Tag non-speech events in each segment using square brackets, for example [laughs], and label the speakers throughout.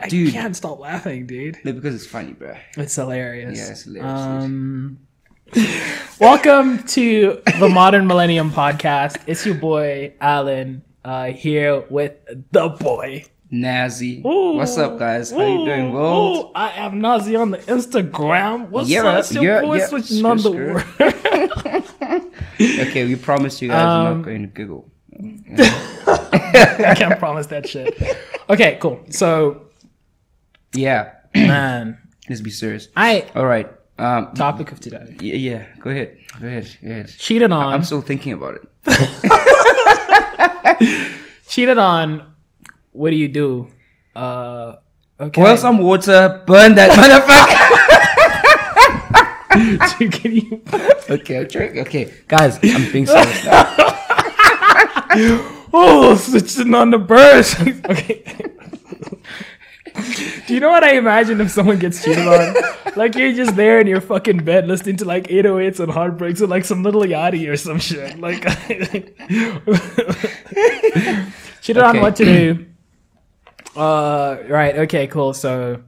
Speaker 1: I
Speaker 2: Dude.
Speaker 1: can't stop laughing, dude.
Speaker 2: No, because it's funny, bro.
Speaker 1: It's hilarious.
Speaker 2: Yeah, it's hilarious, dude.
Speaker 1: Um, [laughs] welcome to the Modern Millennium Podcast. It's your boy Alan uh, here with the boy.
Speaker 2: Nazi.
Speaker 1: Ooh,
Speaker 2: What's up, guys? How you
Speaker 1: ooh,
Speaker 2: doing, world?
Speaker 1: ooh, I am Nazi on the Instagram. What's
Speaker 2: Yeah,
Speaker 1: up? It's your
Speaker 2: yeah,
Speaker 1: boy
Speaker 2: yeah.
Speaker 1: switching on the
Speaker 2: Screw, Okay, we promised you guys we're
Speaker 1: Um,
Speaker 2: not going to Google.
Speaker 1: [laughs] I can't promise that shit. Okay, cool. So,
Speaker 2: Yeah,
Speaker 1: man,
Speaker 2: let's be serious.
Speaker 1: I
Speaker 2: All right. Um.
Speaker 1: topic of today.
Speaker 2: Yeah, yeah. Go ahead. Go ahead. Go ahead.
Speaker 1: Cheated on.
Speaker 2: I'm still thinking about it.
Speaker 1: cheated on. What do you do? Uh, okay.
Speaker 2: Boil some water. Burn [laughs] that motherfucker.
Speaker 1: [laughs] Can you-
Speaker 2: okay, I'll drink. Okay, guys, I'm being serious now.
Speaker 1: [laughs] oh, switching on the birds. [laughs] okay. Do you know what I imagine if someone gets cheated on? Like you're just there in your fucking bed listening to like 808s and heartbreaks or like some little yachty or some shit. Like [laughs] cheated on
Speaker 2: Okay.
Speaker 1: what to do. [clears throat] Uh, right. Okay. Cool. So,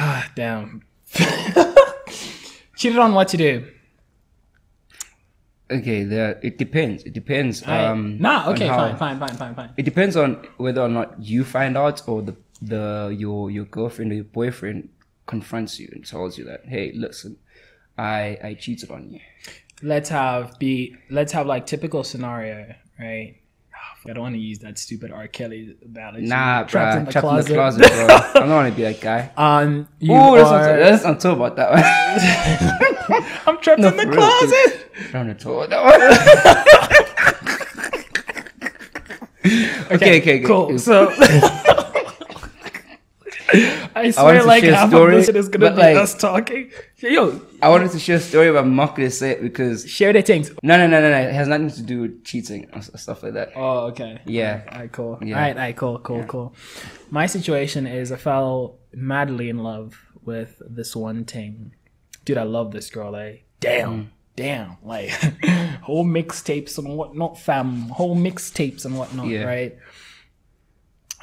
Speaker 1: [sighs] [laughs] damn. cheated on what to do.
Speaker 2: Okay, the, it depends. It depends. Um,
Speaker 1: Um, nah.
Speaker 2: on
Speaker 1: Okay.
Speaker 2: how-
Speaker 1: Fine. Fine. Fine. Fine. Fine.
Speaker 2: It depends on whether or not you find out or the the your your girlfriend or your boyfriend confronts you and tells you that, hey, listen, I I cheated on you.
Speaker 1: let's have be let's have like typical scenario, right? Ah, fuck, I don't want to use that stupid R. Kelly analogy.
Speaker 2: Nah,
Speaker 1: Trapped
Speaker 2: bruh,
Speaker 1: in the
Speaker 2: trapped in the
Speaker 1: closet.
Speaker 2: closet, bro. I don't want to be that guy.
Speaker 1: Um, [laughs] you
Speaker 2: Oh, let's not,
Speaker 1: are-
Speaker 2: let's not talk about that one.
Speaker 1: I'm trapped in the
Speaker 2: For real, dude.
Speaker 1: closet. [laughs]
Speaker 2: I don't want to talk about that one. okay, okay, okay.
Speaker 1: Cool.
Speaker 2: [laughs]
Speaker 1: So. I
Speaker 2: wanted
Speaker 1: swear,
Speaker 2: to
Speaker 1: like
Speaker 2: share a
Speaker 1: half
Speaker 2: story,
Speaker 1: of this shit is gonna
Speaker 2: but,
Speaker 1: be
Speaker 2: like-
Speaker 1: us talking. Yo,
Speaker 2: I wanted to share a story, but I'm not going to say it because
Speaker 1: share the things.
Speaker 2: no, no, no, no, no. It has nothing to do with cheating or s- stuff like that.
Speaker 1: Oh, okay.
Speaker 2: Yeah.
Speaker 1: All right, cool.
Speaker 2: Yeah.
Speaker 1: All right, all right, cool, cool, cool. My situation is I fell madly in love with this one thing. Dude, I love this girl, eh? Damn.
Speaker 2: Mm.
Speaker 1: Damn. Like, [laughs] whole mixtapes and whatnot, fam. Whole mixtapes and whatnot,
Speaker 2: Yeah.
Speaker 1: right?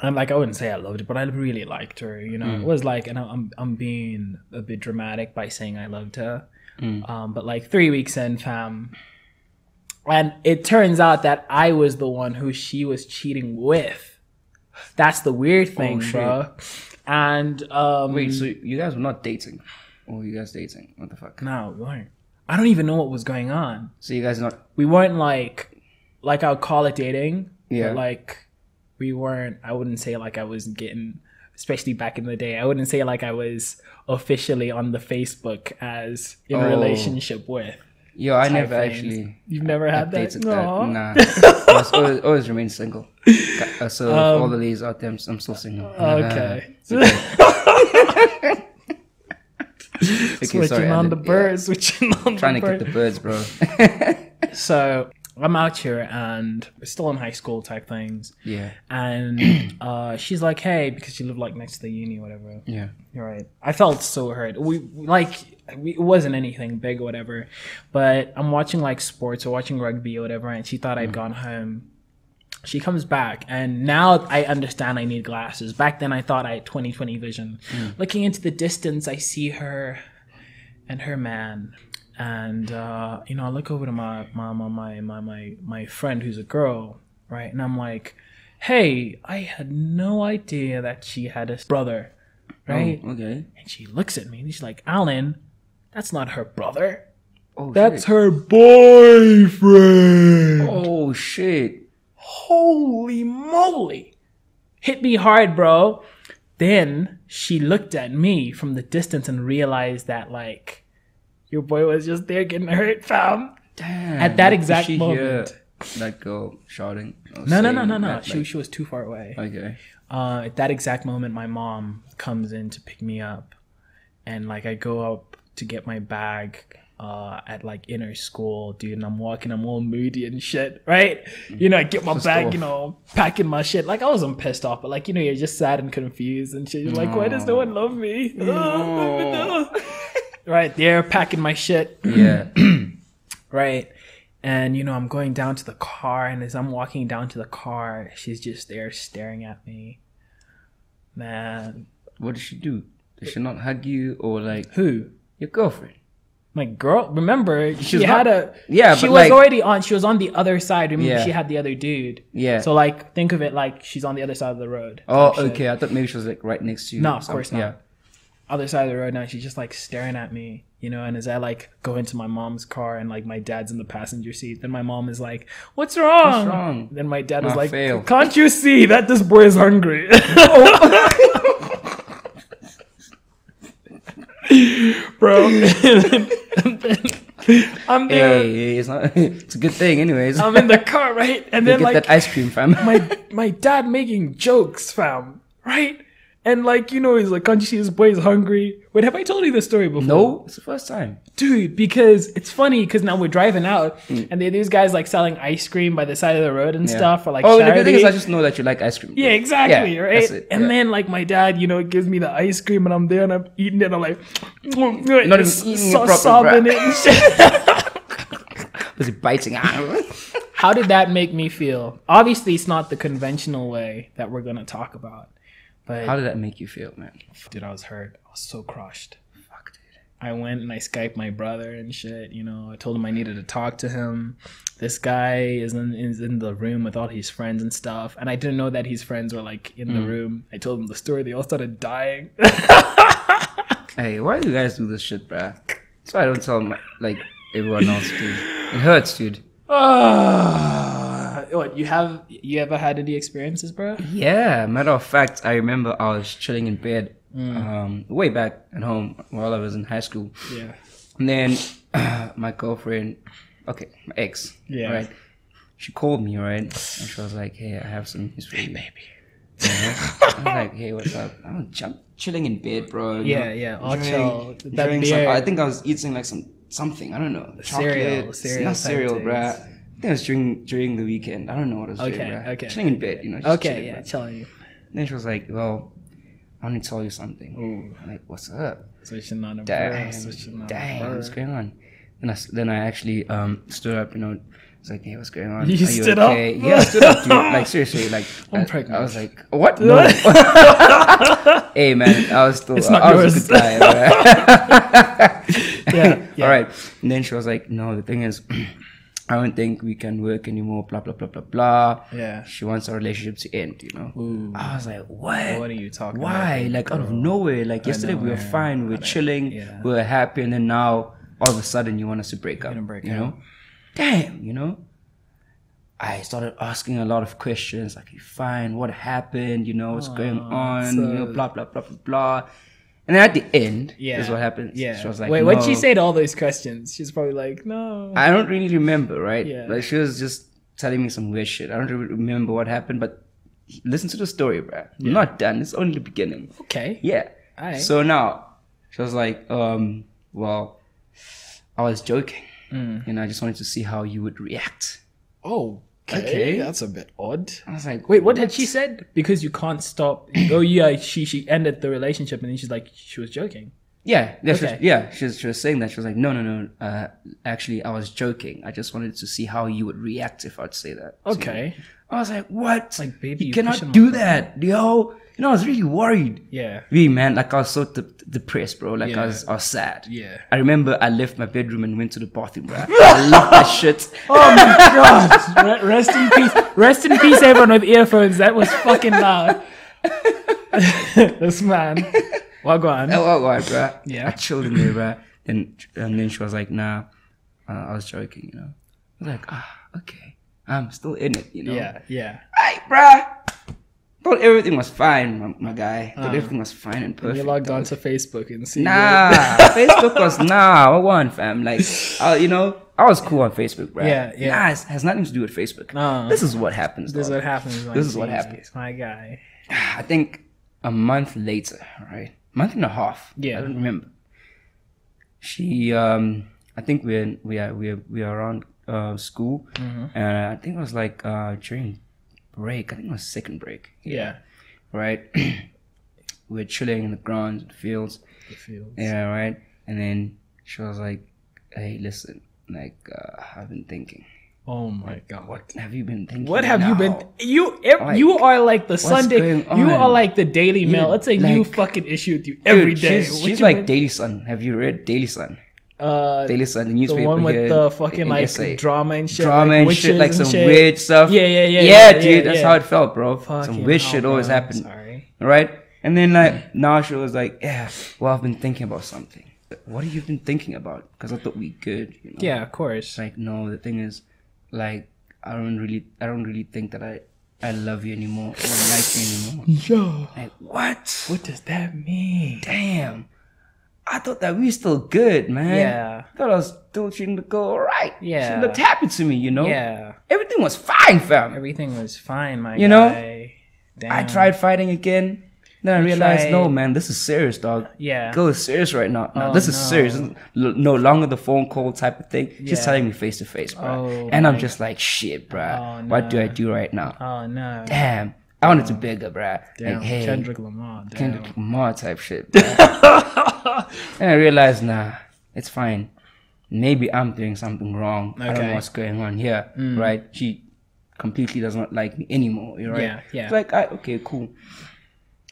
Speaker 1: And like I wouldn't say I loved it, but I really liked her. You
Speaker 2: Mm.
Speaker 1: know, it was like, and I'm I'm being a bit dramatic by saying I loved her. Um, but like three weeks in, fam, and it turns out that I was the one who she was cheating with. That's the weird thing,
Speaker 2: Oh, shit.
Speaker 1: bro. And um,
Speaker 2: Wait, so you guys were not dating? Or were you guys dating? What the fuck?
Speaker 1: no, we weren't. I don't even know what was going on.
Speaker 2: So you guys not
Speaker 1: We weren't like, like I'll call it dating.
Speaker 2: Yeah.
Speaker 1: But like, we weren't. I wouldn't say like I was getting, especially back in the day. I wouldn't say like I was officially on the Facebook as in a
Speaker 2: Oh.
Speaker 1: relationship with.
Speaker 2: Yeah, I never
Speaker 1: things.
Speaker 2: actually
Speaker 1: You've never had that.
Speaker 2: dated
Speaker 1: Aw.
Speaker 2: that. Nah.
Speaker 1: [laughs]
Speaker 2: I was always, always remained single. Uh, So if all the ladies out there, I'm, I'm still single.
Speaker 1: Um, Okay.
Speaker 2: [laughs]
Speaker 1: [laughs]
Speaker 2: Okay,
Speaker 1: switching
Speaker 2: sorry,
Speaker 1: on
Speaker 2: Alan.
Speaker 1: the
Speaker 2: Yeah,
Speaker 1: birds, switching on the
Speaker 2: Trying to
Speaker 1: birds.
Speaker 2: get the birds, bro. [laughs]
Speaker 1: So I'm out here and we're still in high school type things.
Speaker 2: yeah. [clears throat]
Speaker 1: And uh, she's like, hey, because she lived like next to the uni or whatever.
Speaker 2: Yeah.
Speaker 1: You're right. I felt so hurt. We like we, it wasn't anything big or whatever, but I'm watching like sports or watching rugby or whatever, and she thought I'd gone home. She comes back, and now I understand I need glasses. Back then, I thought I had 20/20 vision. Looking into the distance, I see her and her man, and uh, you know I look over to my my my my my my, my friend who's a girl, right? And I'm like, "Hey, I had no idea that she had a brother." Right?
Speaker 2: Oh, okay.
Speaker 1: And she looks at me and she's like, Alan, that's not her brother.
Speaker 2: Oh,
Speaker 1: That's
Speaker 2: shit.
Speaker 1: her boyfriend.
Speaker 2: Oh, shit.
Speaker 1: Holy moly. Hit me hard, bro. Then she looked at me from the distance and realized that, like, your boy was just there getting hurt, fam.
Speaker 2: Damn.
Speaker 1: At that
Speaker 2: Like, did
Speaker 1: exact
Speaker 2: she
Speaker 1: moment.
Speaker 2: Hear that girl shouting. or
Speaker 1: No, no, no,
Speaker 2: saying
Speaker 1: no, no.
Speaker 2: that,
Speaker 1: She, she was too far away.
Speaker 2: like- okay.
Speaker 1: uh, at that exact moment, my mom comes in to pick me up, and like I go up to get my bag uh, at like inner school, dude. And I'm walking, I'm all moody and shit, right? You know, I get my bag,
Speaker 2: off.
Speaker 1: you know, packing my shit. Like I wasn't pissed off, but like you know, you're just sad and confused and shit. You're like, why does no one love me? [laughs]
Speaker 2: No.
Speaker 1: right there, packing my shit
Speaker 2: Yeah. [coughs]
Speaker 1: right? And you know, I'm going down to the car, and as I'm walking down to the car, she's just there staring at me. Man,
Speaker 2: What does she do? Does she not hug you or like
Speaker 1: who?
Speaker 2: your girlfriend?
Speaker 1: My girl. Remember, she
Speaker 2: not-
Speaker 1: had a.
Speaker 2: Yeah,
Speaker 1: she
Speaker 2: but,
Speaker 1: was
Speaker 2: like-
Speaker 1: already on. She was on the other side. Remember,
Speaker 2: Yeah.
Speaker 1: she had the other dude.
Speaker 2: Yeah.
Speaker 1: So like, think of it like she's on the other side of the road.
Speaker 2: oh,
Speaker 1: Some shit.
Speaker 2: okay. I thought maybe she was like right next to you.
Speaker 1: No,
Speaker 2: or
Speaker 1: of course
Speaker 2: something.
Speaker 1: not. Other side of the road now. She's just like staring at me, you know. And as I like go into my mom's car and like my dad's in the passenger seat, then my mom is like, "What's wrong?"
Speaker 2: wrong?
Speaker 1: Then my dad is
Speaker 2: I
Speaker 1: like,
Speaker 2: Ah, fail.
Speaker 1: "Can't you see that this boy is hungry?" [laughs] Bro, [laughs] I'm
Speaker 2: Yeah.
Speaker 1: there.
Speaker 2: Hey, hey, it's not. [laughs] it's a good thing, anyways.
Speaker 1: I'm in the car, right? And
Speaker 2: They
Speaker 1: then
Speaker 2: [laughs] get
Speaker 1: like
Speaker 2: that ice cream, fam.
Speaker 1: my my dad making jokes, fam, right? And like you know, he's like, "Can't you see this boy's hungry?" Wait, have I told you this story before?
Speaker 2: [laughs] no, it's the first time.
Speaker 1: dude, because it's funny because now we're driving out and there are these guys like selling ice cream by the side of the road and
Speaker 2: Mm. Yeah.
Speaker 1: stuff or like
Speaker 2: oh,
Speaker 1: oh,
Speaker 2: the good thing is I just know that you like ice cream.
Speaker 1: yeah, exactly,
Speaker 2: Yeah,
Speaker 1: right?
Speaker 2: that's it,
Speaker 1: And
Speaker 2: yeah.
Speaker 1: then like my dad, you know, gives me the ice cream and I'm there and I'm eating it. And I'm like, [sniffs]
Speaker 2: even
Speaker 1: it's
Speaker 2: eating it
Speaker 1: so-
Speaker 2: properly,
Speaker 1: sobbing
Speaker 2: bruh.
Speaker 1: it and shit. [laughs]
Speaker 2: Was it biting? [laughs]
Speaker 1: How did that make me feel? Obviously, it's not the conventional way that we're gonna talk about, but
Speaker 2: How did that make you feel, man?
Speaker 1: dude, I was hurt. I was so crushed.
Speaker 2: Fuck, dude.
Speaker 1: I went and I Skyped my brother and shit. You know, I told him I needed to talk to him. This guy is in, is in the room with all his friends and stuff, and I didn't know that his friends were like in the room. I told them the story. They all started dying. [laughs]
Speaker 2: Hey, why do you guys do this shit, bruh? That's why I don't tell my, like everyone else, dude. It hurts, dude.
Speaker 1: Ah. what you have? You ever had any experiences, bro?
Speaker 2: Yeah, matter of fact, I remember I was chilling in bed
Speaker 1: Mm.
Speaker 2: um, way back at home while I was in high school.
Speaker 1: Yeah.
Speaker 2: And then [clears throat] my girlfriend, okay, my ex,
Speaker 1: Yeah.
Speaker 2: right? She called me, right? And she was like, hey, I have some news for you.
Speaker 1: Maybe.
Speaker 2: I was like, hey, what's up? I'm jump- chilling in bed, bro. you
Speaker 1: Yeah,
Speaker 2: know,
Speaker 1: yeah, all
Speaker 2: enjoying-
Speaker 1: chill. That
Speaker 2: enjoying some,
Speaker 1: beer.
Speaker 2: I think I was eating like some something. I don't know.
Speaker 1: Cereal,
Speaker 2: chocolate,
Speaker 1: cereal
Speaker 2: Not
Speaker 1: type
Speaker 2: cereal,
Speaker 1: things.
Speaker 2: bro. I think it was during during the weekend. I don't know what I was
Speaker 1: Okay,
Speaker 2: doing, bruh.
Speaker 1: okay.
Speaker 2: Chilling in bed, you know. just
Speaker 1: Okay,
Speaker 2: chilling,
Speaker 1: yeah,
Speaker 2: bruh.
Speaker 1: telling you.
Speaker 2: Then she was like, well, I want to tell you something. I'm like, what's up?
Speaker 1: Switching on a
Speaker 2: Damn,
Speaker 1: bro. Switching on a
Speaker 2: dang, what's
Speaker 1: bro.
Speaker 2: going on? Then I, s- then I actually um, stood up, you know, was like, hey, what's going on?
Speaker 1: You
Speaker 2: Are
Speaker 1: stood up?
Speaker 2: Yeah, I stood up, dude.
Speaker 1: [laughs]
Speaker 2: Like, seriously, like,
Speaker 1: I'm
Speaker 2: I,
Speaker 1: pregnant.
Speaker 2: I was like, what?
Speaker 1: [laughs]
Speaker 2: No. [laughs] hey, man, I was still,
Speaker 1: It's not
Speaker 2: I
Speaker 1: yours.
Speaker 2: was a good guy. alright.
Speaker 1: [laughs]
Speaker 2: [laughs]
Speaker 1: Yeah, yeah.
Speaker 2: All right. And then she was like, no, the thing is, [clears throat] I don't think we can work anymore, blah, blah, blah, blah, blah.
Speaker 1: Yeah.
Speaker 2: She wants our relationship to end, you know?
Speaker 1: Ooh.
Speaker 2: I was like, what?
Speaker 1: What are you talking?
Speaker 2: Why?
Speaker 1: About?
Speaker 2: like out of nowhere. Like yesterday we were
Speaker 1: nowhere.
Speaker 2: fine, we were chilling,
Speaker 1: yeah.
Speaker 2: we were happy, and then now all of a sudden you want us to break up.
Speaker 1: gonna break
Speaker 2: you
Speaker 1: up.
Speaker 2: know? Damn, you know? I started asking a lot of questions, like you fine, what happened, you know, what's going on, you know, blah blah blah blah blah. And then at the end
Speaker 1: Yeah.
Speaker 2: is what happens.
Speaker 1: Yeah.
Speaker 2: She was like,
Speaker 1: Wait, what'd she
Speaker 2: "No,
Speaker 1: say to all those questions? She's probably like, no.
Speaker 2: I don't really remember, right?
Speaker 1: Yeah.
Speaker 2: Like she was just telling me some weird shit. I don't really remember what happened, but listen to the story, bruh. I'm not done. It's only the beginning.
Speaker 1: Okay.
Speaker 2: Yeah.
Speaker 1: Alright.
Speaker 2: So now she was like, um, well, I was joking.
Speaker 1: Mm.
Speaker 2: And I just wanted to see how you would react.
Speaker 1: Oh,
Speaker 2: Okay.
Speaker 1: That's a bit odd.
Speaker 2: I was like,
Speaker 1: Wait, what had she said? Because you can't stop. oh yeah, she she ended the relationship and then she's like, she was joking.
Speaker 2: Yeah, yeah, she was,
Speaker 1: Okay.
Speaker 2: yeah. She was, she was saying that. She was like, no, no, no. Uh, actually, I was joking. I just wanted to see how you would react if I'd say that. to you."
Speaker 1: Okay.
Speaker 2: I was like, what?
Speaker 1: Like, baby,
Speaker 2: you
Speaker 1: you
Speaker 2: cannot
Speaker 1: pushing
Speaker 2: do that, yo. You know, I was really worried.
Speaker 1: Yeah.
Speaker 2: Really, man. Like, I was so de- depressed, bro. Like,
Speaker 1: Yeah.
Speaker 2: I, was, I was sad.
Speaker 1: Yeah.
Speaker 2: I remember I left my bedroom and went to the bathroom, bro. I love that shit.
Speaker 1: [laughs] Oh my god. Re- rest in peace. Rest in peace, everyone with earphones. That was fucking loud. [laughs] this man. Well, go on.
Speaker 2: [laughs] Oh, oh, right, bruh.
Speaker 1: Yeah.
Speaker 2: I chilled in there, bruh. Then, and then she was like, nah, uh, I was joking, you know. I was like, ah, okay. I'm still in it, you know.
Speaker 1: Yeah. Yeah.
Speaker 2: Hey, bruh. Thought everything was fine, my, my guy. Thought
Speaker 1: Uh-huh.
Speaker 2: everything was fine and
Speaker 1: You
Speaker 2: perfect.
Speaker 1: logged onto Facebook and see.
Speaker 2: Nah, [laughs] Facebook was nah. What one, fam? Like, uh, you know, I was cool on Facebook, bruh.
Speaker 1: Yeah, yeah.
Speaker 2: Nah, it has nothing to do with Facebook.
Speaker 1: Uh.
Speaker 2: this is what happens.
Speaker 1: This is
Speaker 2: dog.
Speaker 1: what happens. when
Speaker 2: This is what
Speaker 1: Jesus,
Speaker 2: happens.
Speaker 1: My guy.
Speaker 2: I think a month later, right? Month and a half.
Speaker 1: Yeah.
Speaker 2: I don't remember. She um I think we're we are we are we are around uh school
Speaker 1: Mm-hmm.
Speaker 2: and I think it was like uh during break, I think it was second break.
Speaker 1: Yeah.
Speaker 2: Right? [clears throat] we were chilling in the grounds, the fields.
Speaker 1: The field.
Speaker 2: Yeah, right. And then she was like, Hey, listen, like uh, I've been thinking.
Speaker 1: Oh my god.
Speaker 2: What have you been thinking?
Speaker 1: What have you been?
Speaker 2: now?
Speaker 1: You if,
Speaker 2: Like,
Speaker 1: you are like the Sunday.
Speaker 2: going
Speaker 1: You are
Speaker 2: on?
Speaker 1: like the Daily Mail. It's a new
Speaker 2: like-
Speaker 1: fucking issue with you every
Speaker 2: Dude,
Speaker 1: day.
Speaker 2: She's,
Speaker 1: What
Speaker 2: she's
Speaker 1: you
Speaker 2: like
Speaker 1: been-
Speaker 2: Daily Sun. Have you read Daily Sun?
Speaker 1: uh,
Speaker 2: Daily Sun, the
Speaker 1: the
Speaker 2: newspaper.
Speaker 1: one
Speaker 2: here
Speaker 1: with
Speaker 2: in-
Speaker 1: the fucking
Speaker 2: in
Speaker 1: like
Speaker 2: SA.
Speaker 1: drama and shit,
Speaker 2: drama and shit,
Speaker 1: witches
Speaker 2: like
Speaker 1: and
Speaker 2: some
Speaker 1: shit.
Speaker 2: weird stuff.
Speaker 1: Yeah, yeah, yeah,
Speaker 2: Yeah,
Speaker 1: yeah,
Speaker 2: dude,
Speaker 1: yeah,
Speaker 2: that's
Speaker 1: yeah.
Speaker 2: how it felt, bro.
Speaker 1: Fucking
Speaker 2: some weird
Speaker 1: hell,
Speaker 2: shit always
Speaker 1: bro. I'm
Speaker 2: happened,
Speaker 1: Sorry.
Speaker 2: right? And then like now she was like, yeah, well I've been thinking about something. Like, What have you been thinking about? Because I thought we good. You know?
Speaker 1: Yeah, of course.
Speaker 2: It's like no, the thing is, like I don't really, I don't really think that I, I love you anymore or like you anymore.
Speaker 1: Yo,
Speaker 2: Like what?
Speaker 1: what does that mean?
Speaker 2: Damn. I thought that we still good, man.
Speaker 1: Yeah.
Speaker 2: I thought I was still treating the girl all right.
Speaker 1: Yeah.
Speaker 2: She looked happy to me, you know?
Speaker 1: Yeah,
Speaker 2: Everything was fine, fam.
Speaker 1: everything was fine, my
Speaker 2: You know,
Speaker 1: guy. Damn.
Speaker 2: I tried fighting again. Then I realized,
Speaker 1: tried-
Speaker 2: no, man, this is serious, dog.
Speaker 1: Yeah.
Speaker 2: Girl is serious right now. No,
Speaker 1: Oh,
Speaker 2: this is
Speaker 1: no.
Speaker 2: serious. This is l- no longer the phone call type of thing. She's
Speaker 1: Yeah.
Speaker 2: telling me face to face, bro.
Speaker 1: Oh,
Speaker 2: and I'm just like, shit, bro.
Speaker 1: Oh,
Speaker 2: What do I do right now?
Speaker 1: Oh no.
Speaker 2: Damn. I wanted to bigger, bro.
Speaker 1: Damn.
Speaker 2: Like, hey,
Speaker 1: Kendrick Lamar. Damn.
Speaker 2: Kendrick Lamar type shit. bruh. [laughs] and I realized, nah, it's fine. Maybe I'm doing something wrong. I don't
Speaker 1: Okay. Mm.
Speaker 2: know what's going on here, right? She completely does not like me anymore. You're right.
Speaker 1: Yeah, yeah.
Speaker 2: It's like, I, okay, cool.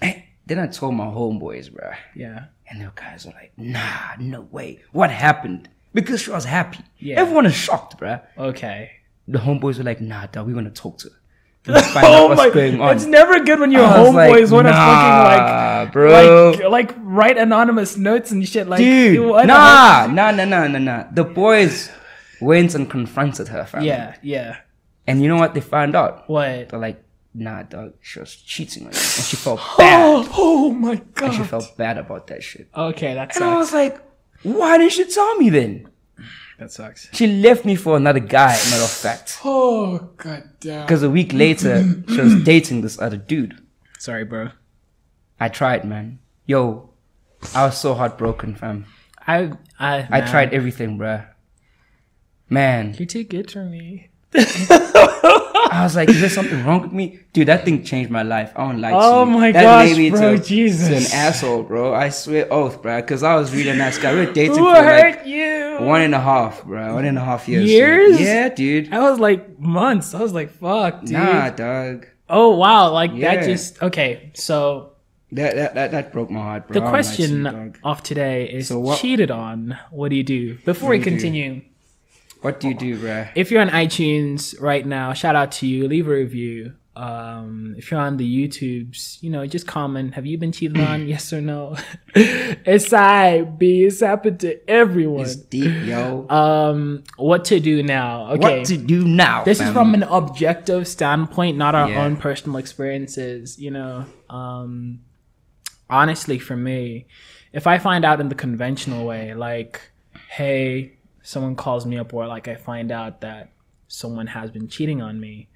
Speaker 2: Eh, Then I told my homeboys, bruh,
Speaker 1: Yeah.
Speaker 2: and the guys were like, nah, no way. What happened? Because she was happy.
Speaker 1: Yeah.
Speaker 2: Everyone is shocked, bruh.
Speaker 1: Okay.
Speaker 2: The homeboys were like, nah, dog, we want to talk to her.
Speaker 1: [laughs]
Speaker 2: We wanna find out what's going
Speaker 1: Oh
Speaker 2: on.
Speaker 1: It's never good when your
Speaker 2: I was like,
Speaker 1: homeboys want to fucking
Speaker 2: "Nah,
Speaker 1: like,
Speaker 2: bro."
Speaker 1: like, like write anonymous notes and shit. Like,
Speaker 2: dude.
Speaker 1: you- what the hell?
Speaker 2: Nah, nah, nah, nah, nah, nah. The boys went and confronted her family.
Speaker 1: Yeah, yeah.
Speaker 2: And you know what they found out?
Speaker 1: What?
Speaker 2: They're like, nah, dog, she was cheating on you. And she [gasps] felt bad.
Speaker 1: Oh, oh my
Speaker 2: And she
Speaker 1: god.
Speaker 2: felt bad about that shit.
Speaker 1: Okay, that
Speaker 2: And I
Speaker 1: sucks.
Speaker 2: was like, why didn't she tell me then?
Speaker 1: That sucks.
Speaker 2: She left me for another guy, matter of fact.
Speaker 1: Oh god damn.
Speaker 2: Because a week later, she [clears throat] was dating this other dude.
Speaker 1: Sorry, bro.
Speaker 2: I tried, man. Yo, I was so heartbroken, fam.
Speaker 1: I I
Speaker 2: I tried everything, bruh. Man.
Speaker 1: You're too good for
Speaker 2: [laughs]
Speaker 1: me.
Speaker 2: I was like, is there something wrong with me? Dude, that thing changed my life. I don't like
Speaker 1: Oh
Speaker 2: you.
Speaker 1: my
Speaker 2: that
Speaker 1: gosh,
Speaker 2: made me
Speaker 1: bro,
Speaker 2: to,
Speaker 1: Jesus.
Speaker 2: To an asshole, bro. I swear oath, bro. Because I was really a nice guy. We were dating
Speaker 1: [laughs] Who
Speaker 2: for
Speaker 1: hurt
Speaker 2: like
Speaker 1: you?
Speaker 2: one and a half, bro. One and a half years. dude.
Speaker 1: Years?
Speaker 2: Yeah, dude.
Speaker 1: I was like months. I was like, fuck, dude.
Speaker 2: Nah, dog.
Speaker 1: Oh wow, like
Speaker 2: Yeah.
Speaker 1: that just okay. So
Speaker 2: That, that, that, that broke Oh, my heart, bro.
Speaker 1: the
Speaker 2: I don't like you,
Speaker 1: question
Speaker 2: dog.
Speaker 1: of today is
Speaker 2: So what-
Speaker 1: cheated on. What do you do? Before we
Speaker 2: do you do?
Speaker 1: continue,
Speaker 2: What do you do, bro?
Speaker 1: if you're on iTunes right now, shout out to you. Leave a review. Um, if you're on the YouTubes, you know, just comment. Have you been cheated
Speaker 2: [clears throat]
Speaker 1: on? yes or no? [laughs] it's I B. It's happened to everyone. [clears throat]
Speaker 2: It's deep, yo.
Speaker 1: Um, what to do now? Okay.
Speaker 2: What to do now?
Speaker 1: this is
Speaker 2: fam?
Speaker 1: from an objective standpoint not our
Speaker 2: Yeah.
Speaker 1: own personal experiences you know um honestly for me if i find out in the conventional way like hey someone calls me up or like i find out that someone has been cheating on me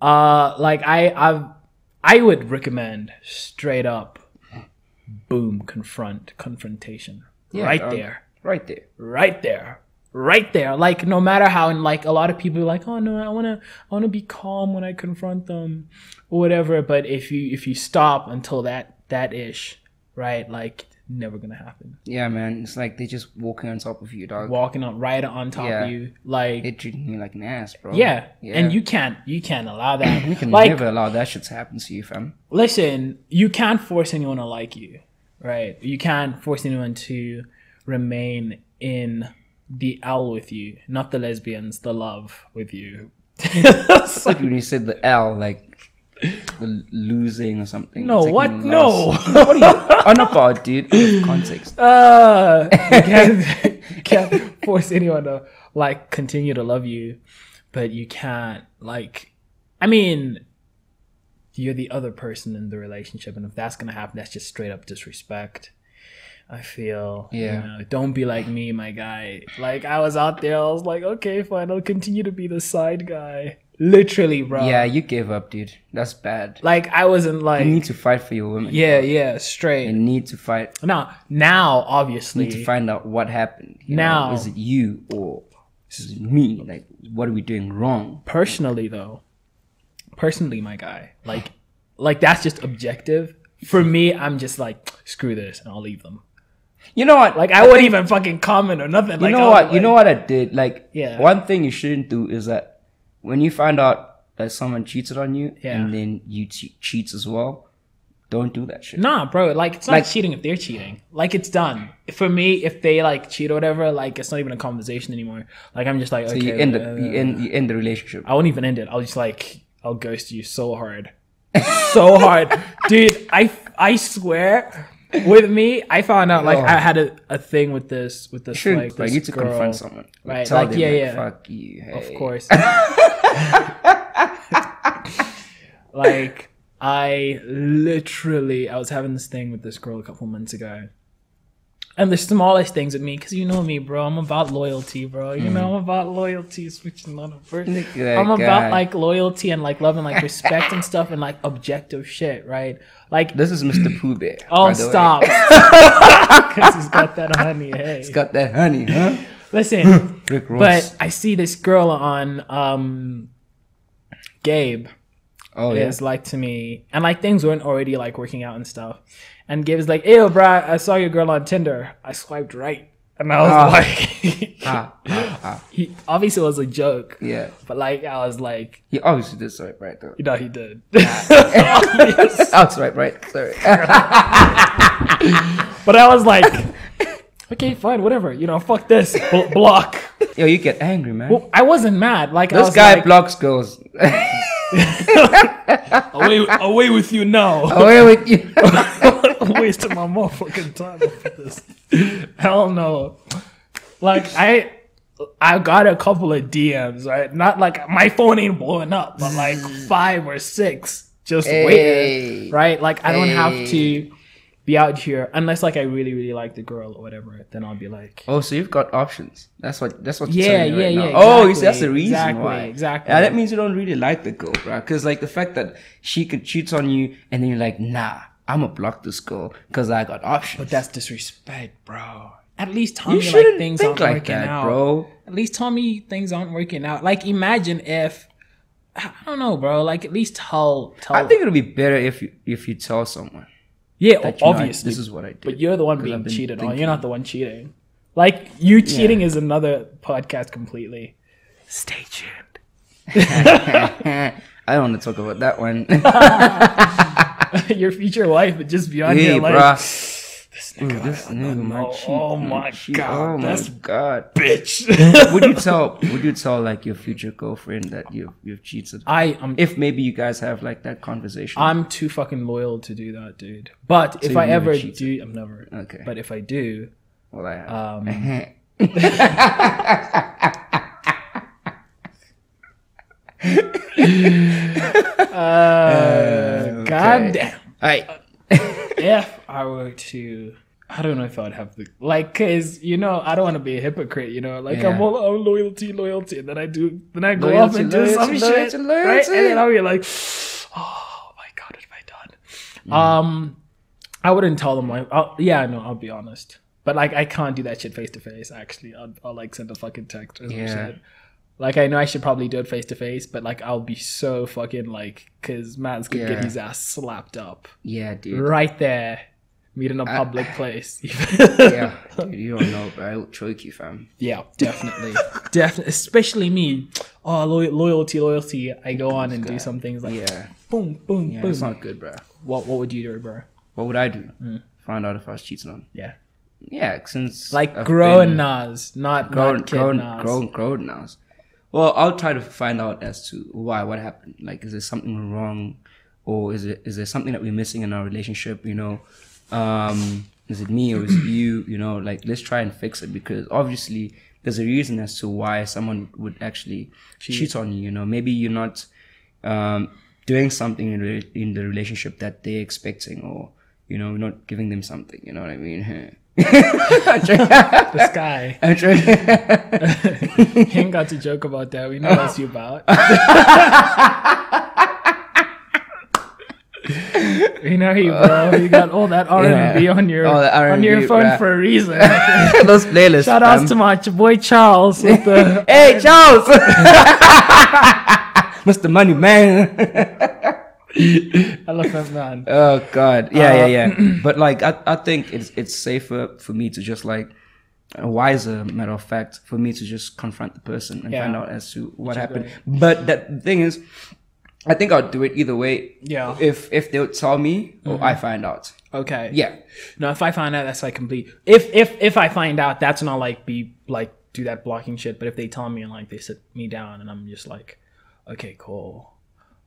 Speaker 1: uh like i i've i would recommend straight up boom confront confrontation
Speaker 2: Yeah, uh,
Speaker 1: right
Speaker 2: dog.
Speaker 1: there
Speaker 2: Right there.
Speaker 1: right there right there like no matter how and like a lot of people are like oh no i want to i want to be calm when i confront them or whatever but if you if you stop until that that ish right like never gonna happen
Speaker 2: Yeah, man. It's like they're just walking on top of you, dog.
Speaker 1: walking on right on top
Speaker 2: Yeah.
Speaker 1: of you like
Speaker 2: They're treating you like an ass, bro.
Speaker 1: yeah.
Speaker 2: Yeah.
Speaker 1: and you can't you can't allow that
Speaker 2: [clears throat] You can
Speaker 1: like
Speaker 2: never allow that shit to happen to you, fam.
Speaker 1: listen you can't force anyone to like you right you can't force anyone to remain in the L with you not the lesbians the love with you [laughs] So-
Speaker 2: like when you said the L, like the losing or something.
Speaker 1: No,
Speaker 2: taking
Speaker 1: what?
Speaker 2: the loss.
Speaker 1: No.
Speaker 2: what are you on about, dude? Out of context. [laughs]
Speaker 1: Uh, you can't, you can't force anyone to like continue to love you, but you can't like. I mean, you're the other person in the relationship, and if that's gonna happen, that's just straight up disrespect. I feel. you
Speaker 2: Yeah.
Speaker 1: know, don't be like me, my guy. Like I was out there, I was like, okay, fine, I'll continue to be the side guy. Literally, bro.
Speaker 2: yeah, you gave up, dude. That's bad.
Speaker 1: Like I wasn't
Speaker 2: You
Speaker 1: like.
Speaker 2: need to fight for your women.
Speaker 1: Yeah, yeah,
Speaker 2: You
Speaker 1: straight.
Speaker 2: need to fight.
Speaker 1: Now, now,
Speaker 2: You
Speaker 1: obviously,
Speaker 2: need to find out what happened. you know?
Speaker 1: Now.
Speaker 2: is it you or is it me? Like, what are we doing wrong?
Speaker 1: personally though personally my guy like like that's just objective for me i'm just like screw this and i'll leave them
Speaker 2: You know what?
Speaker 1: like i wouldn't even fucking comment or nothing
Speaker 2: you
Speaker 1: like
Speaker 2: know what? you know what I did? Like,
Speaker 1: Yeah.
Speaker 2: one thing you shouldn't do is that when you find out that someone cheated on you
Speaker 1: Yeah.
Speaker 2: and then you che- cheats as well, don't do that shit.
Speaker 1: Nah, bro. Like it's not
Speaker 2: Like-
Speaker 1: cheating if they're cheating. Like it's done for me. If they like cheat or whatever, like it's not even a conversation anymore. Like I'm just like, okay,
Speaker 2: you end the
Speaker 1: uh,
Speaker 2: you end you end the relationship.
Speaker 1: I won't even end it. I'll just like I'll ghost you so hard, [laughs] so hard, dude. I I swear. With me, I found out like
Speaker 2: Yo.
Speaker 1: I had a, a thing with this with this
Speaker 2: True,
Speaker 1: like
Speaker 2: like,
Speaker 1: this
Speaker 2: you to
Speaker 1: girl.
Speaker 2: confront someone.
Speaker 1: Right,
Speaker 2: Tell
Speaker 1: like,
Speaker 2: them,
Speaker 1: yeah, yeah.
Speaker 2: Fuck you.
Speaker 1: Of
Speaker 2: hey.
Speaker 1: course. [laughs] like I literally I was having this thing with this girl a couple months ago. And the smallest things with me, because you know me, bro. I'm about loyalty, bro. You know, I'm
Speaker 2: Mm.
Speaker 1: about loyalty, which is not a verse.
Speaker 2: Look at that
Speaker 1: I'm
Speaker 2: guy.
Speaker 1: about like loyalty and like love and like respect and stuff and like objective shit, right? Like,
Speaker 2: This is
Speaker 1: [clears throat]
Speaker 2: Mr. Pooh Bear.
Speaker 1: oh,
Speaker 2: by the way. [laughs]
Speaker 1: stop. Because he's got that honey, hey.
Speaker 2: He's got Hmm. that honey, huh?
Speaker 1: Listen,
Speaker 2: Rick Ross.
Speaker 1: But I see this girl on um Gabe
Speaker 2: oh yeah.
Speaker 1: [gasps] is like to me and like things weren't already like working out and stuff. And Gabe is like, Ew bruh, I saw your girl on Tinder. I swiped right. And I was
Speaker 2: Ah.
Speaker 1: like [laughs]
Speaker 2: Ah, ah, ah.
Speaker 1: he, obviously it was a joke.
Speaker 2: Yeah.
Speaker 1: But like I was like,
Speaker 2: He obviously did swipe right though.
Speaker 1: you know [laughs] he did. [laughs] Obvious.
Speaker 2: [laughs] I'll swipe right. Sorry.
Speaker 1: but I was like Okay, fine, whatever. You know, fuck this. Bl- block.
Speaker 2: Yo, you get angry, man.
Speaker 1: Well, I wasn't mad. Like I
Speaker 2: this
Speaker 1: was
Speaker 2: guy
Speaker 1: like,
Speaker 2: blocks girls. [laughs]
Speaker 1: [laughs] away, away with you now. [laughs]
Speaker 2: Away with you.
Speaker 1: wasting my motherfucking time for this. Hell no. Like I I got a couple of DMs, right? Not like my phone ain't blowing up, but like five or six just
Speaker 2: Mm. Hey.
Speaker 1: waiting. Right? Like I don't have
Speaker 2: Hey.
Speaker 1: to be out here unless like I really, really like the girl or whatever, then I'll be like
Speaker 2: Oh, so you've got options. That's what. That's what.
Speaker 1: Yeah,
Speaker 2: Yeah, you right
Speaker 1: yeah,
Speaker 2: now.
Speaker 1: yeah,
Speaker 2: Oh, you see, that's
Speaker 1: exactly,
Speaker 2: the reason
Speaker 1: exactly,
Speaker 2: why.
Speaker 1: exactly.
Speaker 2: Yeah, that means you don't really like the girl, right? Because like the fact that she could cheat on you, and then you're like, nah, I'm gonna block this girl because I got options.
Speaker 1: But that's disrespect, bro. At least tell
Speaker 2: you
Speaker 1: me
Speaker 2: shouldn't
Speaker 1: like things aren't
Speaker 2: think like
Speaker 1: working
Speaker 2: that,
Speaker 1: out.
Speaker 2: bro.
Speaker 1: at least tell me things aren't working out. Like imagine if I I don't know, bro. Like at least tell tell.
Speaker 2: I think it'll be better if you if you tell someone.
Speaker 1: yeah,
Speaker 2: that, you know, I-
Speaker 1: obviously.
Speaker 2: this is what I did.
Speaker 1: but you're the one
Speaker 2: 'cause I've
Speaker 1: being
Speaker 2: been
Speaker 1: cheated on.
Speaker 2: thinking.
Speaker 1: You're not the one cheating. Like you cheating is another podcast completely. [laughs] Stay [laughs] tuned.
Speaker 2: [laughs] I don't want to talk about that
Speaker 1: [laughs]
Speaker 2: one.
Speaker 1: Your future wife would just be on
Speaker 2: hey,
Speaker 1: here like
Speaker 2: bruh.
Speaker 1: this nigga.
Speaker 2: This nigga might
Speaker 1: oh,
Speaker 2: cheat.
Speaker 1: oh
Speaker 2: might
Speaker 1: my
Speaker 2: cheat.
Speaker 1: God,
Speaker 2: Oh
Speaker 1: that's-
Speaker 2: my
Speaker 1: [laughs]
Speaker 2: god.
Speaker 1: bitch.
Speaker 2: Would you tell? Would you tell like your future girlfriend that you you've cheated?
Speaker 1: I am
Speaker 2: if maybe you guys have like that conversation.
Speaker 1: I'm too fucking loyal to do that, dude. But if
Speaker 2: you've
Speaker 1: I
Speaker 2: never
Speaker 1: ever
Speaker 2: cheated?
Speaker 1: do I'm never
Speaker 2: Okay.
Speaker 1: But if I do,
Speaker 2: well, I have.
Speaker 1: um, god damn.
Speaker 2: [laughs] Alright.
Speaker 1: if I were to, I don't know if I'd have the like, cause you know I don't want to be a hypocrite. You know, like I'm
Speaker 2: Yeah.
Speaker 1: all oh, loyalty, loyalty, and then I do, then I go off
Speaker 2: Loyalty,
Speaker 1: and do some
Speaker 2: loyalty,
Speaker 1: shit,
Speaker 2: loyalty,
Speaker 1: right? And then
Speaker 2: loyalty.
Speaker 1: I'll be like, [sighs] oh my god, what have I
Speaker 2: Mm.
Speaker 1: done? Um, I wouldn't tell them like, I'll, yeah, no, I'll be honest, but like I can't do that shit face to face. Actually, I'll, I'll like send a fucking text or some
Speaker 2: Yeah.
Speaker 1: shit. Like I know I should probably do it face to face, but like I'll be so fucking like, cause man's gonna
Speaker 2: Yeah.
Speaker 1: get his ass slapped up
Speaker 2: Yeah, dude.
Speaker 1: right there. Meet in a public place.
Speaker 2: Uh,
Speaker 1: [laughs]
Speaker 2: Yeah, dude. You don't know, bro. I will choke you, fam.
Speaker 1: Yeah, definitely. definitely. Especially me. Oh, lo- loyalty, loyalty. I go on and do some things like
Speaker 2: Yeah,
Speaker 1: boom, boom,
Speaker 2: yeah.
Speaker 1: boom.
Speaker 2: It's not good, bro.
Speaker 1: What, what would you do, bro?
Speaker 2: What would I do?
Speaker 1: Hmm.
Speaker 2: Find out if I was cheating on.
Speaker 1: Yeah.
Speaker 2: Yeah, since
Speaker 1: Like
Speaker 2: I've
Speaker 1: grown
Speaker 2: been-
Speaker 1: Nas, not,
Speaker 2: grown,
Speaker 1: not kid
Speaker 2: grown,
Speaker 1: Nas.
Speaker 2: grown, grown now. Well, I'll try to find out as to why, what happened. Like, is there something wrong, or is it is there something that we're missing in our relationship? You know, um, is it me or is it you? You know, like let's try and fix it because obviously there's a reason as to why someone would actually cheat, on you. You know, maybe you're not um, doing something in, re- in the relationship that they're expecting, or you know, not giving them something. You know what I mean? [laughs]
Speaker 1: This guy.
Speaker 2: I'm trying-
Speaker 1: He ain't got to joke about that. We know what's you about. [laughs] We know you, bro. You got all that R and B
Speaker 2: Yeah.
Speaker 1: on your
Speaker 2: All that
Speaker 1: on your
Speaker 2: R&B,
Speaker 1: phone
Speaker 2: bruh.
Speaker 1: for a
Speaker 2: [laughs]
Speaker 1: reason.
Speaker 2: those playlists.
Speaker 1: Shout outs
Speaker 2: fam.
Speaker 1: to my ch- boy Charles with the [laughs]
Speaker 2: Hey, Charles! [laughs] Mr. Money [laughs] Man.
Speaker 1: Elephant Man.
Speaker 2: Uh, [clears throat] Oh God. Yeah, yeah, yeah. but like, I, I think it's it's safer for me to just like a wiser matter of fact for me to just confront the person and
Speaker 1: Yeah.
Speaker 2: find out as to what happened. But that the thing is, I think I'll do it either way.
Speaker 1: Yeah.
Speaker 2: If if they'll tell me or I find out.
Speaker 1: Okay.
Speaker 2: Yeah.
Speaker 1: No, if I find out, that's like complete. If if if I find out, that's when I'll like be like do that blocking shit. But if they tell me and like they sit me down and I'm just like, okay, cool.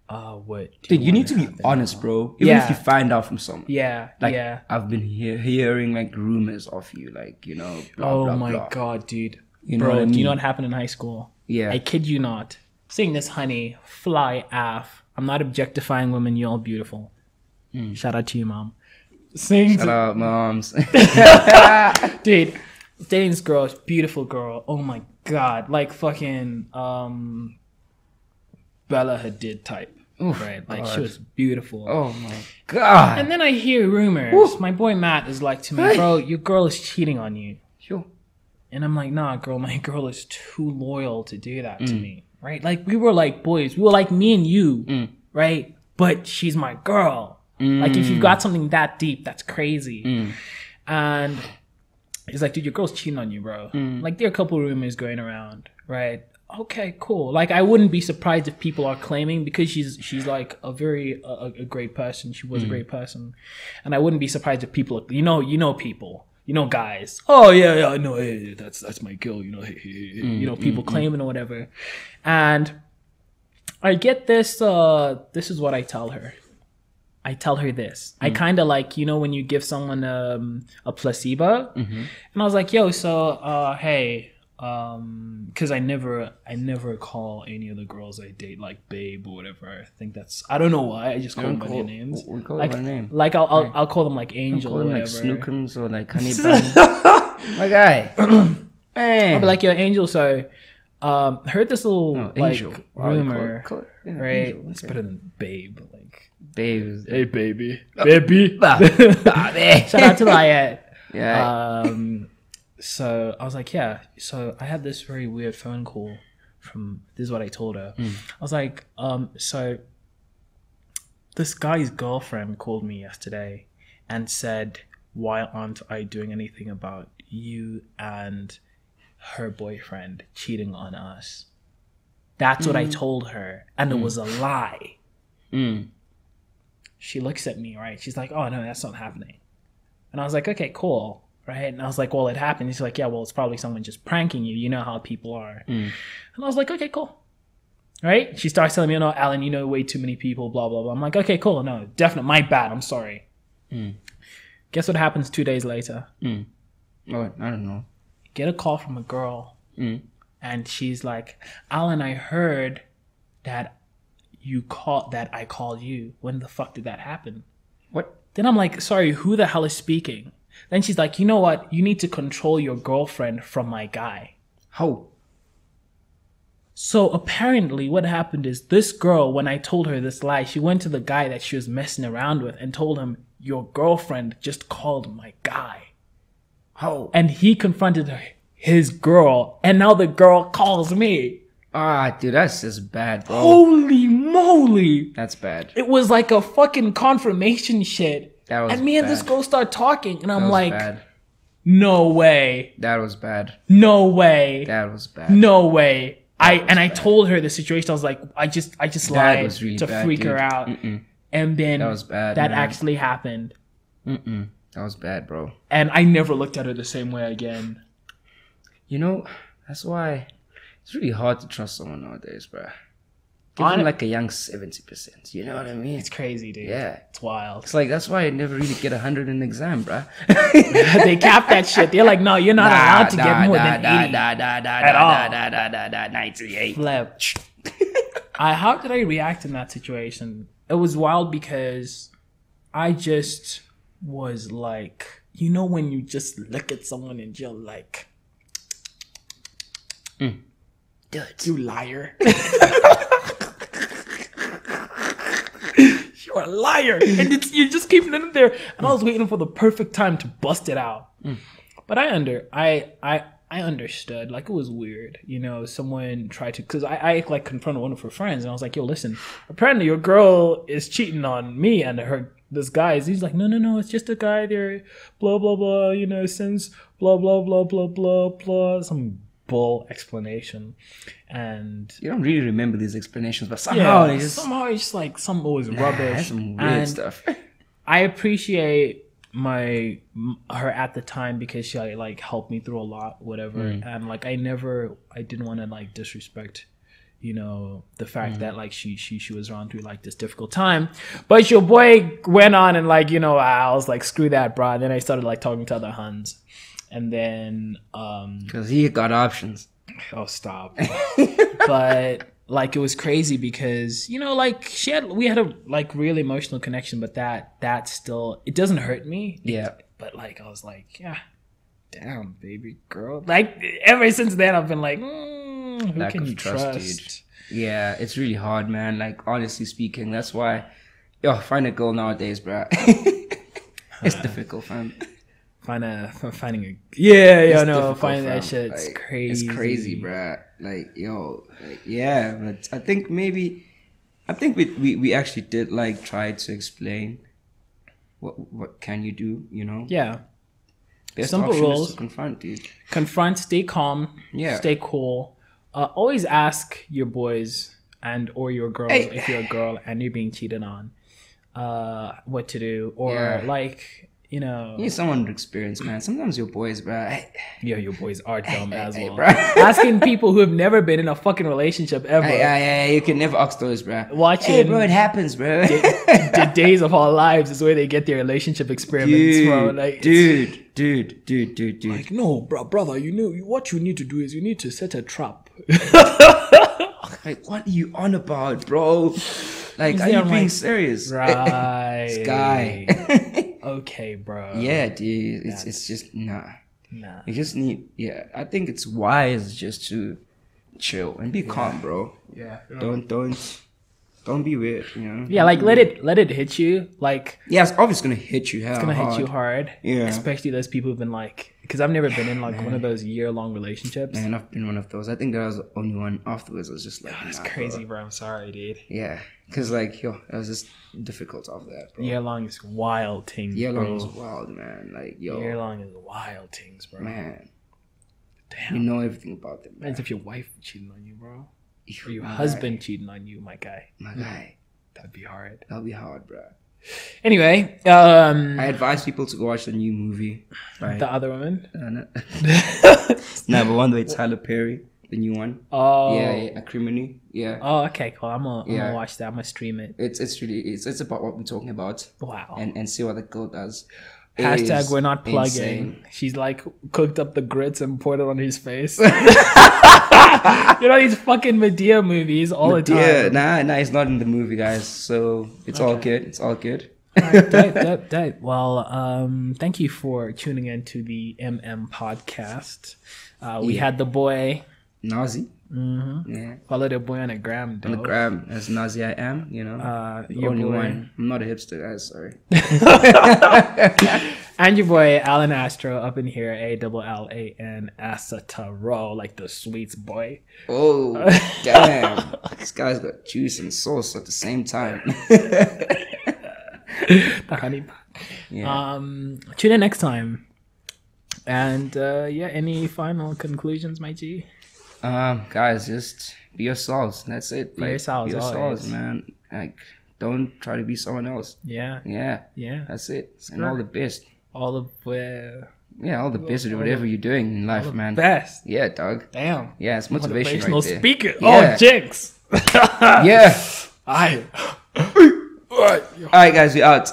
Speaker 1: Uh, what? Do
Speaker 2: Dude,
Speaker 1: want
Speaker 2: you need to be honest, bro. Even
Speaker 1: Yeah.
Speaker 2: if you find out from someone.
Speaker 1: Yeah.
Speaker 2: Like
Speaker 1: yeah.
Speaker 2: I've been hear- hearing like rumors of you, like you know. Blah,
Speaker 1: Oh
Speaker 2: blah,
Speaker 1: my
Speaker 2: blah.
Speaker 1: god, dude.
Speaker 2: You know
Speaker 1: Bro,
Speaker 2: what I
Speaker 1: do you know
Speaker 2: mean?
Speaker 1: what happened in high school?
Speaker 2: Yeah.
Speaker 1: I kid you not. Seeing this honey fly aff. I'm not objectifying women. You're all beautiful. Shout out to you, mom. Seeing
Speaker 2: Mm.
Speaker 1: [laughs]
Speaker 2: Shout out, moms. [laughs]
Speaker 1: dude dating this girl beautiful girl oh my god like fucking um bella hadid type right like she was beautiful
Speaker 2: oh my god.
Speaker 1: and then i hear rumors my boy matt is like to me bro your girl is cheating on you
Speaker 2: Yo.
Speaker 1: and i'm like nah girl [laughs] my girl is too loyal to do that to me right like we were like boys we were like me and you right but she's my girl like if you've got something that deep that's crazy and he's like, dude, your girl's cheating on you, bro. Like, there are a couple of rumors going around, right? Okay, cool. Like, I wouldn't be surprised if people are claiming because she's she's like a very a, a- a great person. She was a great person, and I wouldn't be surprised if people, you know, you know, people, you know, guys. Oh yeah, yeah, I know. yeah, yeah, that's that's my girl. You know, you know, people claiming or whatever, and. I get this. Uh, this is what I tell her. I tell her this. I kind of like you know when you give someone um, a placebo, and I was like, "Yo, so uh, hey, um 'cause because I never, I never call any of the girls I date like babe or whatever. I think that's I don't know why. I just call them by
Speaker 2: call-
Speaker 1: their names.
Speaker 2: we call it
Speaker 1: like, [laughs]
Speaker 2: by name.
Speaker 1: Like I'll, I'll, I'll call them like angel
Speaker 2: Call
Speaker 1: or
Speaker 2: him like
Speaker 1: whatever.
Speaker 2: Snookums or
Speaker 1: [laughs]
Speaker 2: like Honey Bun. [laughs]
Speaker 1: [clears throat]
Speaker 2: My guy. [clears throat] Man.
Speaker 1: But like yo, angel. So um, heard this little
Speaker 2: Oh,
Speaker 1: like rumor, right? It's better than babe.
Speaker 2: [laughs]
Speaker 1: Like [laughs]
Speaker 2: Babes.
Speaker 1: Hey, baby.
Speaker 2: Oh.
Speaker 1: Baby. Shout out to Lyatt.
Speaker 2: [laughs]
Speaker 1: [laughs]
Speaker 2: Yeah.
Speaker 1: Um, so I was like, yeah. So I had this very weird phone call from, this is what I told her. I was like, um, so this guy's girlfriend called me yesterday and said, why aren't I doing anything about you and her boyfriend cheating on us? That's what I told her. And it was a lie
Speaker 2: Mm.
Speaker 1: she looks at me, right? She's like, oh, no, that's not happening. And I was like, okay, cool. Right. And I was like, well, it happened. She's like, yeah, well, it's probably someone just pranking you. You know how people are. And I was like, okay, cool. Right. She starts telling me, "Oh, no, Alan, you know way too many people, blah, blah, blah. I'm like, okay, cool. No, definitely. My bad. I'm sorry. Guess what happens two days later? Uh,
Speaker 2: Oh, I don't know.
Speaker 1: Get a call from a girl. And she's like, Alan, I heard that you called, that I called you. When the fuck did that happen?
Speaker 2: What?
Speaker 1: Then I'm like, sorry, who the hell is speaking? Then she's like, you know what? You need to control your girlfriend from my guy.
Speaker 2: How?
Speaker 1: So apparently, what happened is this girl, when I told her this lie, she went to the guy that she was messing around with and told him, Your girlfriend just called my guy.
Speaker 2: How?
Speaker 1: And he confronted her, his girl, and now the girl calls me.
Speaker 2: Ah, dude, that's just bad, bro.
Speaker 1: Holy moly!
Speaker 2: That's bad.
Speaker 1: It was like a fucking confirmation shit.
Speaker 2: That was
Speaker 1: and me and this
Speaker 2: bad.
Speaker 1: girl start talking, and
Speaker 2: That
Speaker 1: I'm
Speaker 2: was
Speaker 1: like,
Speaker 2: bad.
Speaker 1: No way.
Speaker 2: That was bad.
Speaker 1: No way.
Speaker 2: That was bad.
Speaker 1: no way. I and I told her the situation. I was like, I just, I just lied
Speaker 2: was really
Speaker 1: to
Speaker 2: bad,
Speaker 1: freak her
Speaker 2: dude.
Speaker 1: out, and then
Speaker 2: That was bad,
Speaker 1: That
Speaker 2: man.
Speaker 1: actually happened,
Speaker 2: Mm-mm. That was bad, bro.
Speaker 1: and I never looked at her the same way again.
Speaker 2: You know, that's why it's really hard to trust someone nowadays, bro. Give
Speaker 1: Hon-
Speaker 2: them like a young 70%. You know what I mean?
Speaker 1: It's crazy, dude.
Speaker 2: Yeah.
Speaker 1: it's wild. [laughs]
Speaker 2: It's like, that's why I never really get 100 in the exam, [laughs] bro.
Speaker 1: they cap that shit. They're like, no, you're not
Speaker 2: Ah,
Speaker 1: allowed to get more than eighty.
Speaker 2: at
Speaker 1: all.
Speaker 2: Da, da, da, da, 98.
Speaker 1: Flip. I how did I react in that situation? It was wild because I just was like, you know, when you just look at someone and you're like.
Speaker 2: Dude.
Speaker 1: You liar. [laughs] You're a liar. And it's, you just keep it in there. And I was waiting for the perfect time to bust it out. But I under I I I understood. Like it was weird. You know, someone tried to because I, I like confronted one of her friends and I was like, yo, listen, apparently your girl is cheating on me and her this guy is. He's like, no, no, no, it's just a guy there, blah, blah, blah, you know, since blah, blah, blah, blah, blah, blah, some bull explanation. And
Speaker 2: You don't really remember these explanations, but somehow they just
Speaker 1: somehow it's just like some always
Speaker 2: Ah,
Speaker 1: rubbish.
Speaker 2: some weird
Speaker 1: and
Speaker 2: stuff. [laughs]
Speaker 1: I appreciate my m- her at the time because she like, like helped me through a lot, whatever. And like I never, I didn't want to like disrespect, you know, the fact that like she she she was around through like this difficult time. But your boy went on and like you know I was like screw that, bro. And then I started like talking to other Huns. And then, um,
Speaker 2: Because he got options.
Speaker 1: oh,
Speaker 2: [laughs]
Speaker 1: stop. but like it was crazy because you know like she had we had a like real emotional connection but that that still it doesn't hurt me
Speaker 2: Yeah.
Speaker 1: but like i was like yeah damn baby girl like ever since then i've been like mm, who
Speaker 2: Lack
Speaker 1: can
Speaker 2: of
Speaker 1: you trust,
Speaker 2: trust, Yeah, it's really hard, man. Like honestly speaking, that's why yo, find a girl nowadays, bruh. [laughs] it's difficult, fam.
Speaker 1: find a finding a yeah yeah no
Speaker 2: Difficult,
Speaker 1: finding that
Speaker 2: fam.
Speaker 1: shit it's
Speaker 2: Like,
Speaker 1: crazy
Speaker 2: It's crazy, bruh. Like, yo, like, yeah, but I think maybe I think we, we, we actually did like try to explain what what can you do, you know?
Speaker 1: yeah
Speaker 2: Best
Speaker 1: Simple
Speaker 2: option is
Speaker 1: rules.
Speaker 2: to confront dude.
Speaker 1: confront, stay calm,
Speaker 2: Yeah.
Speaker 1: stay cool. Uh, always ask your boys and or your girls
Speaker 2: Hey.
Speaker 1: if you're a girl and you're being cheated on, uh, what to do or
Speaker 2: Yeah.
Speaker 1: like you know,
Speaker 2: You need someone with experience, man. Sometimes your boys, bruh.
Speaker 1: yeah, your boys are dumb as
Speaker 2: hey,
Speaker 1: well.
Speaker 2: bro. [laughs]
Speaker 1: Asking people who have never been in a fucking relationship ever.
Speaker 2: Hey, yeah, yeah, you can never ask those, bruh.
Speaker 1: Watching-
Speaker 2: Hey, bro, it happens, bro. [laughs]
Speaker 1: The days of our lives is where they get their relationship experiments
Speaker 2: dude,
Speaker 1: from. Like, it's-
Speaker 2: dude, dude, dude, dude, dude.
Speaker 1: like, no, bro, brother, you know what you need to do is you need to set a trap.
Speaker 2: Like, what are you on
Speaker 1: [sighs]
Speaker 2: about, bro? Like, are
Speaker 1: there,
Speaker 2: you
Speaker 1: I'm
Speaker 2: being
Speaker 1: like,
Speaker 2: serious? [laughs]
Speaker 1: Right,
Speaker 2: Guy.
Speaker 1: Okay, bro.
Speaker 2: [laughs] yeah, dude. It's it's just nah.
Speaker 1: Nah.
Speaker 2: You just need yeah. I think it's wise just to chill and be calm, bro.
Speaker 1: Yeah.
Speaker 2: Don't don't don't be weird, you know.
Speaker 1: Yeah, like
Speaker 2: Mm.
Speaker 1: let it let it hit you. Like
Speaker 2: Yeah, it's obviously gonna hit you. It's
Speaker 1: gonna hit you hard.
Speaker 2: Uh-huh. Yeah.
Speaker 1: Especially those people who've been like, because I've never been in like one of those year long relationships.
Speaker 2: And I've been one of those. I think that was the only one afterwards. I was just like,
Speaker 1: That's
Speaker 2: nah, bro.
Speaker 1: crazy, bro. I'm sorry, dude.
Speaker 2: Yeah, because like yo, that was just difficult after that, bro.
Speaker 1: Year long is wild things.
Speaker 2: Year long was
Speaker 1: bro.
Speaker 2: wild, man. Like
Speaker 1: Year
Speaker 2: yo,
Speaker 1: long is wild things, bro.
Speaker 2: man, you
Speaker 1: Damn.
Speaker 2: know everything about them. Man.
Speaker 1: Imagine if your wife cheating on you, bro. Or your
Speaker 2: My guy,
Speaker 1: husband cheating on you, my guy.
Speaker 2: my guy,
Speaker 1: That'd be hard.
Speaker 2: that'll be hard, bro.
Speaker 1: Anyway, um,
Speaker 2: I advise people to go watch the new movie. By,
Speaker 1: the other woman. [laughs]
Speaker 2: uh, no, no, but one by Tyler Perry, the new one.
Speaker 1: oh.
Speaker 2: Yeah, yeah, Acrimony. Yeah,
Speaker 1: Oh, okay, cool. I'm gonna, I'm
Speaker 2: Yeah.
Speaker 1: gonna watch that. I'm gonna stream it.
Speaker 2: it's it's really it's it's about what we're talking about,
Speaker 1: Wow.
Speaker 2: and and see what the girl does. It
Speaker 1: Oh. Hashtag
Speaker 2: is
Speaker 1: we're not plugging.
Speaker 2: insane.
Speaker 1: She's like cooked up the grits and poured it on his
Speaker 2: [laughs]
Speaker 1: face. you know these fucking Medea movies all the time.
Speaker 2: Yeah, nah, nah, it's not in the movie, guys. So it's all good. It's all good.
Speaker 1: Alright, dope, dope, dope. Well, um, thank you for tuning in to the MM podcast. Uh, we had the boy
Speaker 2: Nazi. Mm-hmm. Yeah.
Speaker 1: follow the boy on a gram
Speaker 2: On the
Speaker 1: dog.
Speaker 2: gram, as Nazi I am, you know.
Speaker 1: Uh,
Speaker 2: The
Speaker 1: your
Speaker 2: only
Speaker 1: boy.
Speaker 2: one. I'm not a hipster, guys. Sorry.
Speaker 1: [laughs] And your boy Alan Astro up in here, A double L A N Asataro, like the sweets boy.
Speaker 2: Oh,
Speaker 1: [laughs]
Speaker 2: damn. this guy's got juice and sauce at the same time. [laughs]
Speaker 1: The honey pot.
Speaker 2: yeah.
Speaker 1: Um, tune in next time. And uh, yeah, any final conclusions, my G?
Speaker 2: um, guys, just be yourselves. That's it. Be
Speaker 1: yourselves,
Speaker 2: Be yourselves,
Speaker 1: always.
Speaker 2: man. Like, don't try to be someone else.
Speaker 1: Yeah,
Speaker 2: Yeah.
Speaker 1: yeah.
Speaker 2: That's it. And all the best.
Speaker 1: All of the
Speaker 2: Yeah, all the best with whatever you're doing in life, man.
Speaker 1: best.
Speaker 2: Yeah, dog.
Speaker 1: Damn.
Speaker 2: Yeah, it's motivation
Speaker 1: Motivational
Speaker 2: right there.
Speaker 1: speaker.
Speaker 2: Yeah.
Speaker 1: Oh, jinx. [laughs]
Speaker 2: Yeah.
Speaker 1: I. [gasps]
Speaker 2: All right, guys, we out.